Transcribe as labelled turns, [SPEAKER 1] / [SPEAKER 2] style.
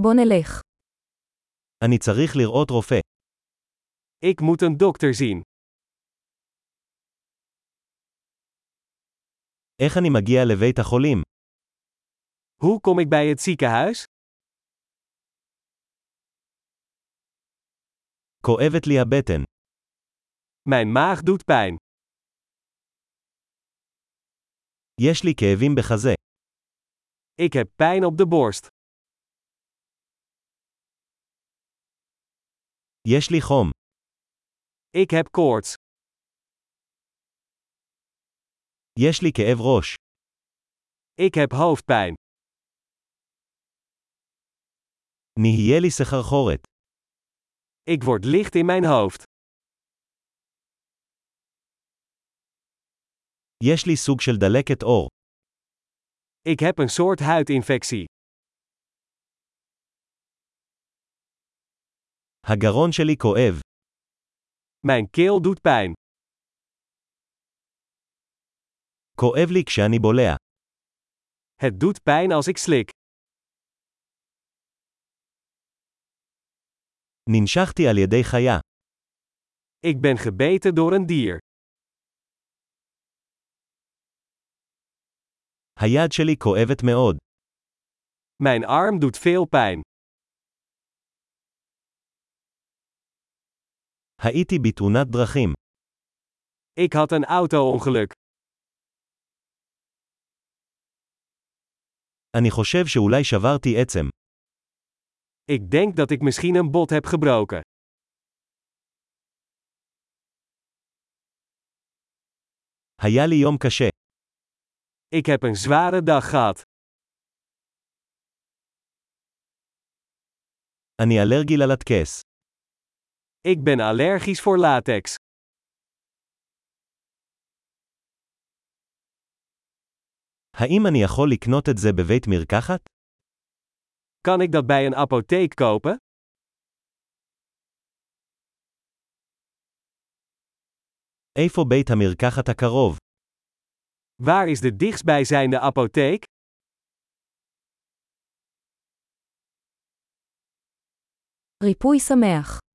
[SPEAKER 1] בוא נלך.
[SPEAKER 2] אני צריך לראות רופא.
[SPEAKER 3] Ik moet een dokter zien.
[SPEAKER 2] איך אני מגיע לבית החולים?
[SPEAKER 3] Hoe kom ik bij het ziekenhuis?
[SPEAKER 2] כואבת לי הבטן.
[SPEAKER 3] Mijn maag doet pijn.
[SPEAKER 2] יש לי כאבים בחזה.
[SPEAKER 3] Ik heb pijn op de borst.
[SPEAKER 2] יש לי חום.
[SPEAKER 3] Ik heb koorts.
[SPEAKER 2] יש לי כאב ראש.
[SPEAKER 3] Ik heb hoofdpijn.
[SPEAKER 2] נהיה לי סחרחורת.
[SPEAKER 3] Ik word licht in mijn hoofd.
[SPEAKER 2] יש לי סוג של דלקת עור.
[SPEAKER 3] Ik heb een soort huidinfectie.
[SPEAKER 2] הגרון שלי כואב.
[SPEAKER 3] Mijn keel doet pijn.
[SPEAKER 2] כואב לי כשאני בולע.
[SPEAKER 3] Het doet pijn als ik slik.
[SPEAKER 2] ננשכתי על ידי חיה.
[SPEAKER 3] Ik ben gebeten door een dier.
[SPEAKER 2] היד שלי כואבת מאוד.
[SPEAKER 3] Mijn arm doet veel pijn.
[SPEAKER 2] הייתי בתאונת דרכים.
[SPEAKER 3] Ik had een auto-ongeluk.
[SPEAKER 2] אני חושב שאולי שברתי עצם.
[SPEAKER 3] Ik denk dat ik misschien een bot heb gebroken.
[SPEAKER 2] היה לי יום קשה.
[SPEAKER 3] Ik heb een zware dag gehad.
[SPEAKER 2] אני אלרגי ללטקס.
[SPEAKER 3] Ik ben allergisch voor latex.
[SPEAKER 2] האם אני יכול לקנות את זה בבית מרקחת?
[SPEAKER 3] Kan ik dat bij een apotheek kopen?
[SPEAKER 2] איפה בית המרקחת הקרוב?
[SPEAKER 3] Waar is de dichtstbijzijnde apotheek?
[SPEAKER 1] ריפוי שמח.